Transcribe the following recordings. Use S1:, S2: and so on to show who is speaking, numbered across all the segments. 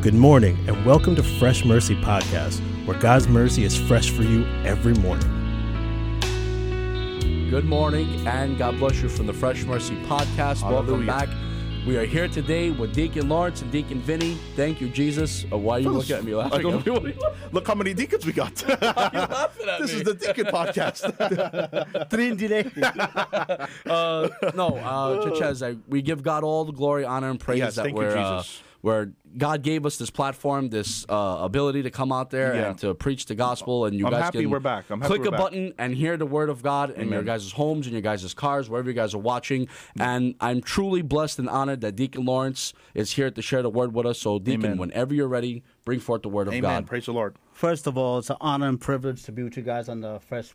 S1: Good morning, and welcome to Fresh Mercy Podcast, where God's mercy is fresh for you every morning.
S2: Good morning, and God bless you from the Fresh Mercy Podcast. Welcome
S3: Hallelujah.
S2: back. We are here today with Deacon Lawrence and Deacon Vinny. Thank you, Jesus. Uh, why are you looking at me laughing?
S3: I don't know. Look how many deacons we got. this is the deacon podcast.
S2: uh, no, uh, Chichez, I, we give God all the glory, honor, and praise
S3: Yes,
S2: that
S3: thank you,
S2: we're, uh,
S3: Jesus.
S2: where God gave us this platform, this uh, ability to come out there
S3: Yeah.
S2: and to preach the gospel. And you
S3: I'm
S2: guys
S3: happy
S2: can
S3: we're back. I'm happy
S2: click
S3: we're
S2: a
S3: back.
S2: button and hear the word of God in your guys' homes, in your guys' cars, wherever you guys are watching. And I'm truly blessed and honored that Deacon Lawrence is here to share the word with us. So, Deacon, whenever you're ready, bring forth the word of
S3: Amen.
S2: God.
S3: Praise the Lord.
S4: First of all, it's an honor and privilege to be with you guys on the Fresh,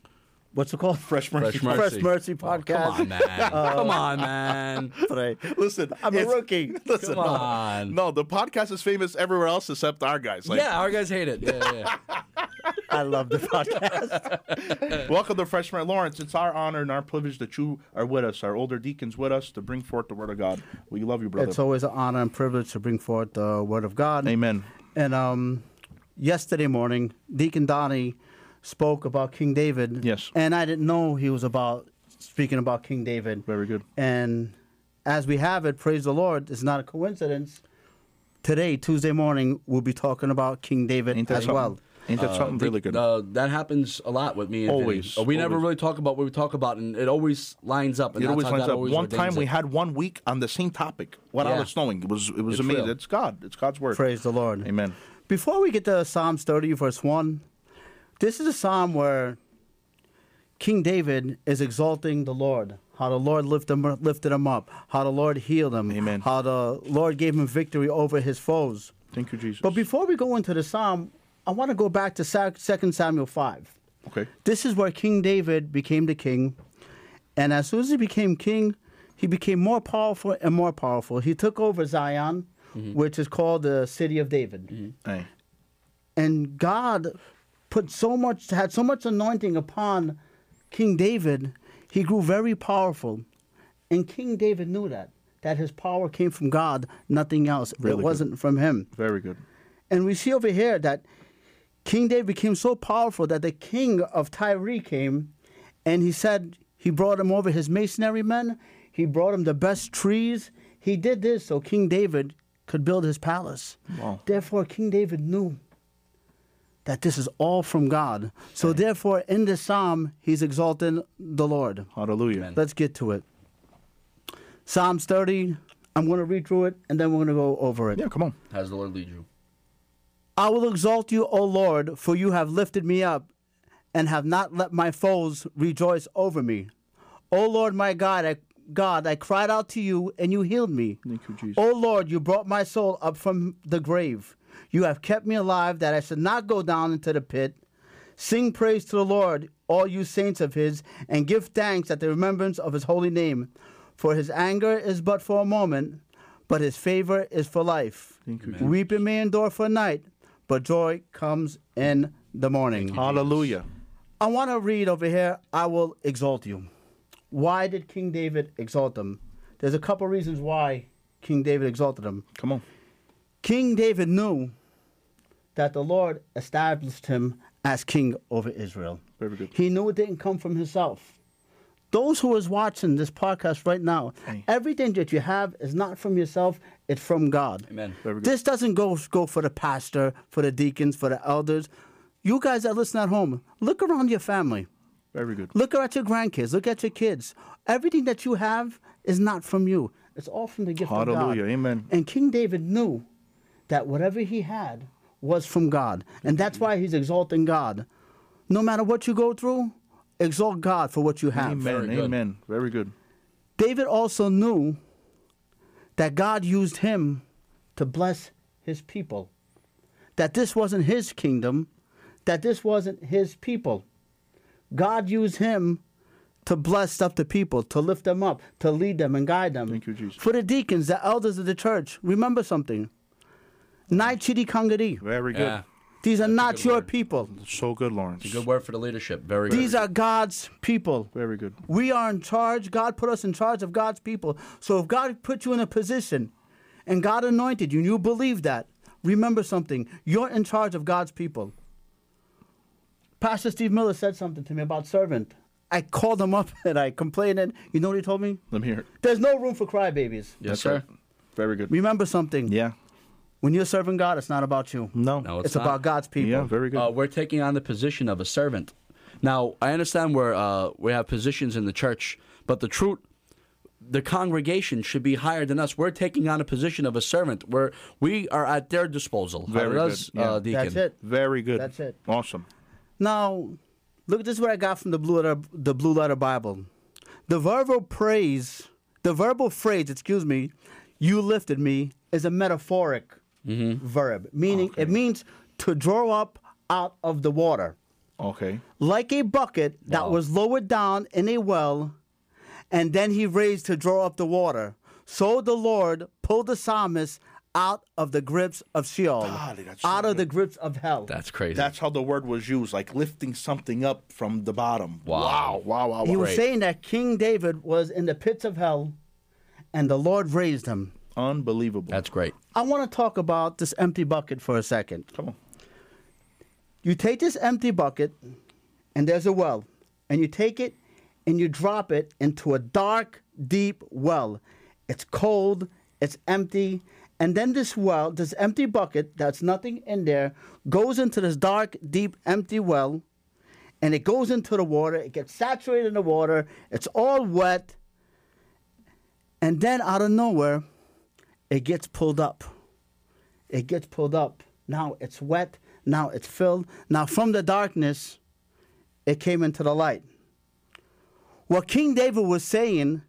S4: what's it called?
S3: Fresh mercy.
S2: Fresh mercy.
S4: Fresh Mercy
S2: Oh, come
S4: podcast Uh,
S2: on, man. come on, man.
S4: today.
S3: Listen,
S4: I'm a
S3: it's-
S4: rookie.
S3: Listen,
S2: Come
S3: no.
S2: on.
S3: No, the podcast is famous everywhere else except our guys. Like,
S2: yeah, our guys hate it. Yeah, yeah, yeah.
S4: I love the podcast.
S3: welcome to Fresh Mercy Lawrence. It's our honor and our privilege that you are with us, our older deacons with us, to bring forth the word of God. We love you, brother.
S4: It's always an honor and privilege to bring forth the Word of God.
S3: Amen.
S4: And um, yesterday morning, Deacon Donnie spoke about King David.
S3: Yes.
S4: And I didn't know he was about speaking about King David.
S3: Very good.
S4: And as we have it, praise the Lord, it's not a coincidence. Today, Tuesday morning, we'll be talking about King David
S3: Ain't that
S4: as
S3: something?
S4: well.
S3: Ain't that something
S2: I think,
S3: really good?
S2: Uh, that happens a lot with me. And Vinny.
S3: Always,
S2: Uh, we never
S3: always.
S2: really talk about what we talk about, and it always lines up. And
S3: it
S2: that's
S3: always
S2: how
S3: lines
S2: God
S3: up.
S2: always
S3: One
S2: ordains
S3: time we
S2: it.
S3: had one week on the same topic. What
S2: Yeah.
S3: I was knowing it was it was
S2: It's
S3: amazing.
S2: real.
S3: It's God. It's God's word.
S4: Praise the Lord.
S3: Amen.
S4: Before we get to Psalms 30, verse 1, this is a psalm where King David is exalting the Lord, how the Lord lift him, lifted him up, how the Lord healed him,
S3: Amen.
S4: how the Lord gave him victory over his foes.
S3: Thank you, Jesus.
S4: But before we go into the psalm, I want to go back to Sa- 2 Samuel 5.
S3: okay.
S4: This is where King David became the king. And as soon as he became king, he became more powerful and more powerful. He took over Zion,
S3: Mm-hmm.
S4: which is called the city of David
S3: Hey.
S4: and God put so much had so much anointing upon King David, he grew very powerful. And King David knew that that his power came from God, nothing else.
S3: Really
S4: it
S3: good.
S4: wasn't from him.
S3: Very good.
S4: And we see over here that King David became so powerful that the king of Tyre came and he said he brought him over his masonry men, he brought him the best trees. He did this so King David could build his palace.
S3: Wow.
S4: Therefore, King David knew that this is all from God. So, therefore, in this psalm, he's exalting the Lord.
S3: Hallelujah.
S4: Let's get to it. Psalms 30, I'm going to read through it and then we're going to go over it.
S3: Yeah, come on.
S2: Has the Lord lead you?
S4: I will exalt you, O Lord, for you have lifted me up and have not let my foes rejoice over me. O Lord, my God, I, God, I cried out to you and you healed me.
S3: Thank you, Jesus.
S4: O Lord, you brought my soul up from the grave. You have kept me alive that I should not go down into the pit. Sing praise to the Lord, all you saints of his, and give thanks at the remembrance of his holy name. For his anger is but for a moment, but his favor is for life. Weeping may endure for a night, but joy comes in the morning.
S3: Hallelujah.
S4: I want to read over here, I will exalt you. Why did King David exalt him? There's a couple reasons why King David exalted him.
S3: Come on.
S4: King David knew that the Lord established him as king over Israel.
S3: Very good.
S4: He knew it didn't come from himself. Those who is watching this podcast right now,
S3: Aye.
S4: everything that you have is not from yourself, it's from God.
S2: Amen.
S3: Very good.
S4: This doesn't go go for the pastor, for the deacons, for the elders. You guys that listen at home, look around your family.
S3: Very good.
S4: Look at your grandkids. Look at your kids. Everything that you have is not from you. It's all from the gift of God.
S3: Hallelujah. Amen.
S4: And King David knew that whatever he had was from God. And that's why he's exalting God. No matter what you go through, exalt God for what you have.
S3: Amen.
S2: Very good.
S3: Amen. Very good.
S4: David also knew that God used him to bless his people, that this wasn't his kingdom, that this wasn't his people. God used him to bless up the people, to lift them up, to lead them and guide them.
S3: Thank you, Jesus.
S4: For the deacons, the elders of the church, remember something. Nai chidi kangari.
S3: Very good.
S2: Yeah.
S4: These are
S2: good
S4: not your
S2: word.
S4: people.
S3: So good, Lawrence.
S2: Good word for the leadership. Very
S4: These
S2: good.
S4: are God's people.
S3: Very good.
S4: We are in charge. God put us in charge of God's people. So if God put you in a position and God anointed you and you believe that, Remember something. You're in charge of God's people. Pastor Steve Miller said something to me about servant. I called him up and I complained. And you know what he told me?
S3: Let me hear it.
S4: There's no room for crybabies.
S2: Yes,
S3: That's
S2: sir.
S3: right. Very good.
S4: Remember something.
S3: Yeah.
S4: When you're serving God, it's not about you.
S3: No.
S2: No,
S4: It's,
S2: not.
S4: about God's people.
S3: Yeah, very good.
S2: Uh, we're taking on the position of a servant. Now, I understand where uh, we have positions in the church, but the truth, the congregation should be higher than us. We're taking on a position of a servant. Where we are at their disposal. How
S3: Very
S2: does,
S3: good. Yeah.
S2: uh, Deacon?
S4: That's it.
S3: very good.
S4: That's it.
S3: Awesome.
S4: Now, look. This is what I got from the blue letter, the blue letter Bible. The verbal praise, the verbal phrase, excuse me, you lifted me is a metaphoric verb, meaning it means to draw up out of the water,
S3: Okay.
S4: like a bucket that
S2: Wow.
S4: was lowered down in a well, and then he raised to draw up the water. So the Lord pulled the psalmist out of the grips of Sheol,
S3: God, that's so
S4: out of
S3: good.
S4: the grips of hell.
S2: That's crazy.
S3: That's how the word was used, like lifting something up from the bottom.
S2: Wow.
S3: Wow. Wow. Wow.
S4: He
S3: wow.
S4: was saying that King David was in the pits of hell and the Lord raised him.
S3: Unbelievable.
S2: That's great.
S4: I want to talk about this empty bucket for a second.
S3: Come on.
S4: You take this empty bucket and there's a well, and you take it and you drop it into a dark, deep well. It's cold, it's empty, and then this well, this empty bucket that's nothing in there, goes into this dark, deep, empty well, and it goes into the water. It gets saturated in the water, it's all wet, and then out of nowhere, it gets pulled up. It gets pulled up. Now it's wet. Now it's filled. Now from the darkness, it came into the light. What King David was saying,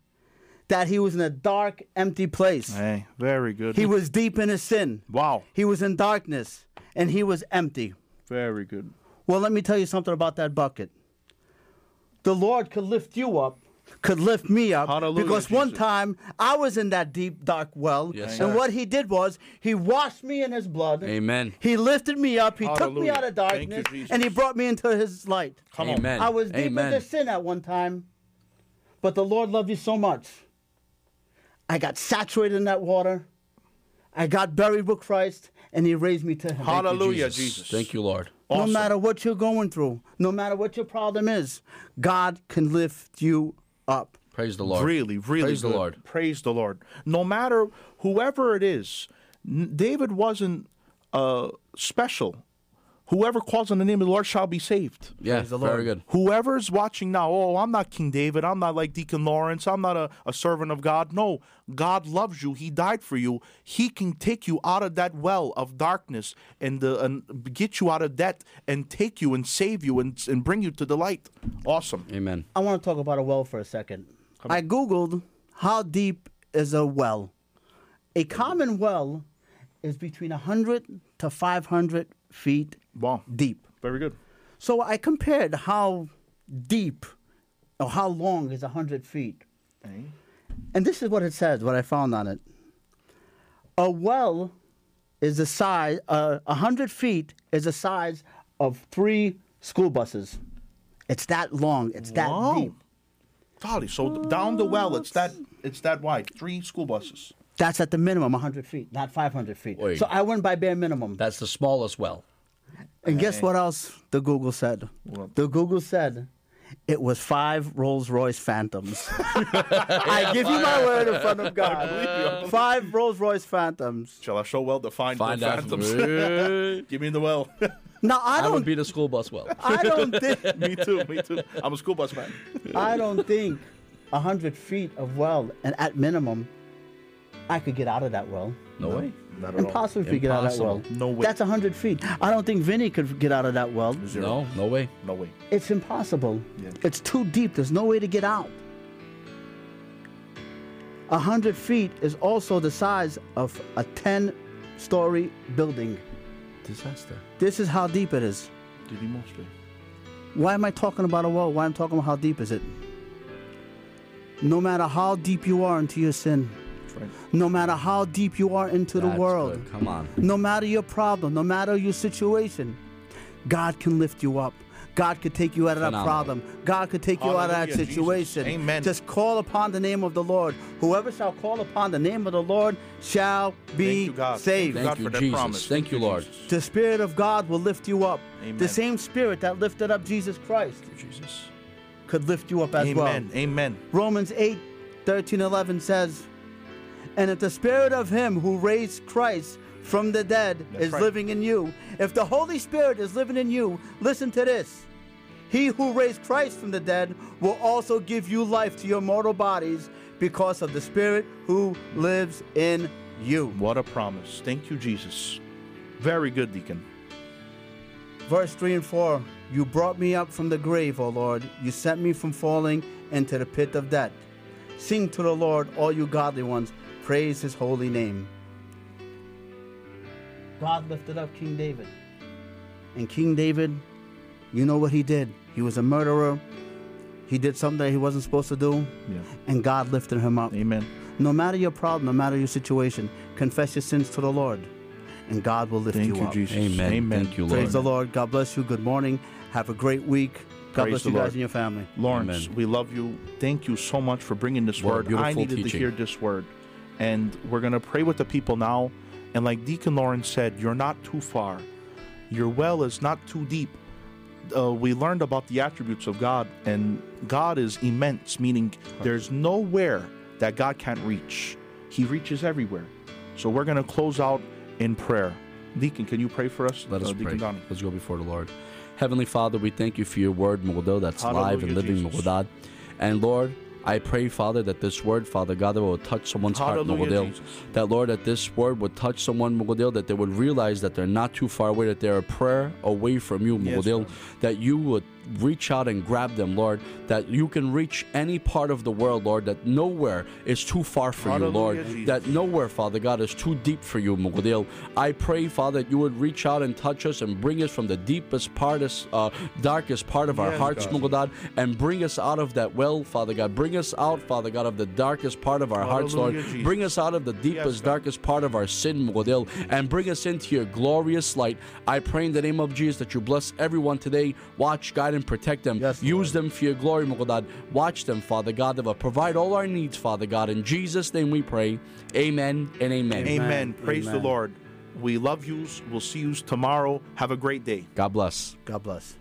S4: that he was in a dark, empty place.
S3: Hey, very good.
S4: He was deep in his sin.
S3: Wow.
S4: He was in darkness and he was empty.
S3: Very good.
S4: Well, let me tell you something about that bucket. The Lord could lift you up, could lift me up,
S3: Hallelujah,
S4: because one
S3: Jesus.
S4: time I was in that deep, dark well,
S2: Yes,
S4: and
S2: sir.
S4: what He did was He washed me in His blood.
S2: Amen.
S4: He lifted me up. He took me
S3: Hallelujah.
S4: out of
S3: Thank you,
S4: darkness,
S3: Jesus.
S4: and He brought me into His light.
S3: Come
S2: Amen.
S3: on.
S4: I was deep
S2: Amen.
S4: into sin at one time, but the Lord loved you so much. I got saturated in that water. I got buried with Christ, and He raised me to Him.
S3: Hallelujah,
S2: Jesus.
S3: Jesus.
S2: Thank you, Lord.
S3: Awesome.
S4: No matter what you're going through, no matter what your problem is, God can lift you up.
S2: Praise the Lord.
S3: Really, really
S2: Praise the
S3: good.
S2: Lord.
S3: Praise the Lord. No matter whoever it is, n- David wasn't uh, special. Whoever calls on the name of the Lord shall be saved.
S2: Yeah,
S4: Praise the
S2: very
S4: Lord.
S2: good.
S3: Whoever's watching now, oh, I'm not King David. I'm not like Deacon Lawrence. I'm not a, a servant of God. No, God loves you. He died for you. He can take you out of that well of darkness and, the, and get you out of debt and take you and save you and, and bring you to the light. Awesome.
S2: Amen.
S4: I want to talk about a well for a second. I Googled how deep is a well. A common well is between 100 to 500 feet
S3: Wow.
S4: deep.
S3: Very good.
S4: So I compared how deep or how long is 100 feet. And this is what it says, what I found on it. A well is the size, uh, 100 feet is the size of three school buses. It's that long, it's that
S3: Wow.
S4: deep.
S3: Golly, so th- down the well, it's that it's that wide. Three school buses.
S4: That's at the minimum 100 feet, not 500 feet.
S2: Wait.
S4: So I went by bare minimum.
S2: That's the smallest well.
S4: and guess what else the Google said?
S3: What?
S4: The Google said it was five Rolls Royce Phantoms. I give you my word in front of God. Five Rolls Royce Phantoms.
S3: Shall I show well defined
S2: Find out.
S3: phantoms?
S2: I
S3: Give me the well.
S4: Now I
S2: would
S4: don't,
S2: be the school bus well.
S4: I don't think,
S3: me too. Me too. I'm a school bus man.
S4: I don't think hundred feet of well, and at minimum, I could get out of that well.
S2: No way.
S3: Not at all.
S4: Impossible if you get out of that well.
S2: Impossible.
S3: No way.
S4: That's hundred feet. I don't think Vinny could get out of that well.
S2: No, no way.
S3: No way.
S4: It's impossible.
S3: Yeah.
S4: It's too deep. There's no way to get out. A hundred feet is also the size of a ten-story building.
S2: Disaster.
S4: This is how deep it is.
S3: Did he mostly?
S4: Why am I talking about a well? Why am I talking about how deep is it? No matter how deep you are into your sin,
S3: That's right.
S4: no matter how deep you are into the
S2: That's
S4: world,
S2: good. Come on.
S4: no matter your problem, no matter your situation, God can lift you up. God could take you out of that
S2: Phenomenal.
S4: problem. God could take you out of that
S3: Hallelujah, Jesus.
S4: situation.
S3: Amen.
S4: Just call upon the name of the Lord. Whoever shall call upon the name of the Lord shall
S3: Thank
S4: be
S3: you, God.
S4: saved.
S2: Thank
S3: God
S2: you,
S3: for that
S2: Jesus.
S3: promise.
S2: Thank you, Lord.
S3: Jesus.
S4: The Spirit of God will lift you up. The
S3: Amen.
S4: same Spirit that lifted up Jesus Christ
S2: Jesus.
S4: could lift you up as well.
S3: Amen. Amen.
S4: Romans 8 13 11 says, And if the spirit of him who raised Christ from the dead
S3: That's
S4: is
S3: right.
S4: living in you, if the Holy Spirit is living in you, listen to this. He who raised Christ from the dead will also give you life to your mortal bodies because of the Spirit who lives in you.
S3: What a promise. Thank you, Jesus. Very good, Deacon.
S4: Verse 3 and 4 You brought me up from the grave, O Lord. You sent me from falling into the pit of death. Sing to the Lord, all you godly ones. Praise his holy name. God lifted up King David. And King David, you know what he did? He was a murderer. He did something that he wasn't supposed to do.
S3: Yeah.
S4: And God lifted him up.
S3: Amen.
S4: No matter your problem, no matter your situation, confess your sins to the Lord. And God will lift
S3: Thank
S4: you,
S3: you,
S4: up.
S3: Jesus.
S2: Amen.
S3: Amen.
S2: Thank you, Lord.
S4: Praise the Lord. God bless you. Good morning. Have a great week. God
S3: Praise
S4: bless
S3: the
S4: you guys
S3: Lord.
S4: and your family.
S3: Lawrence,
S2: Amen.
S3: we love you. Thank you so much for bringing this
S2: What a
S3: word. I
S2: beautiful
S3: needed to
S2: teaching.
S3: hear this word. And we're going to pray with the people now. And like Deacon Lawrence said, you're not too far. Your well is not too deep. Uh, we learned about the attributes of God, and God is immense, meaning there's nowhere that God can't reach. He reaches everywhere. So we're going to close out in prayer. Deacon, can you pray for us?
S2: Let us
S3: Uh, Deacon
S2: pray.
S3: Donnie.
S2: Let's go before the Lord. Heavenly Father, we thank you for your word, Mugudo, that's live and
S3: Hallelujah,
S2: living,
S3: Jesus.
S2: Mugudo. And Lord, I pray, Father, that this word, Father God, that will touch someone's heart,
S3: Hallelujah,
S2: Mugudo.
S3: Jesus.
S2: That, Lord, that this word would touch someone, Mugudo, that they would realize that they're not too far away, that they're a prayer away from you,
S3: Yes,
S2: Mugudo.
S3: Lord.
S2: that you would reach out and grab them, Lord. That you can reach any part of the world, Lord. That nowhere is too far for you, Lord.
S3: Hallelujah, Jesus.
S2: That nowhere, Father God, is too deep for you, Mugadil. I pray, Father, that you would reach out and touch us and bring us from the deepest part, is- uh, darkest part of our
S3: Yes,
S2: hearts,
S3: God.
S2: Mugadad, and bring us out of that well, Father God. Bring us out, Father God, of the darkest part of our hearts, Lord.
S3: Hallelujah, Jesus.
S2: Bring us out of the deepest,
S3: God.
S2: darkest part of our sin, Mugadil, and bring us into your glorious light. I pray in the name of Jesus that you bless everyone today. Watch, guide, and protect them.
S4: Yes, Lord.
S2: Use them for your glory, Mugadad. Watch them, Father God. They will provide all our needs, Father God. In Jesus' name we pray. Amen and amen.
S3: Amen.
S4: Amen.
S3: Praise the
S4: Amen.
S3: Lord. We love yous. We'll see yous tomorrow. Have a great day.
S2: God bless.
S4: God bless.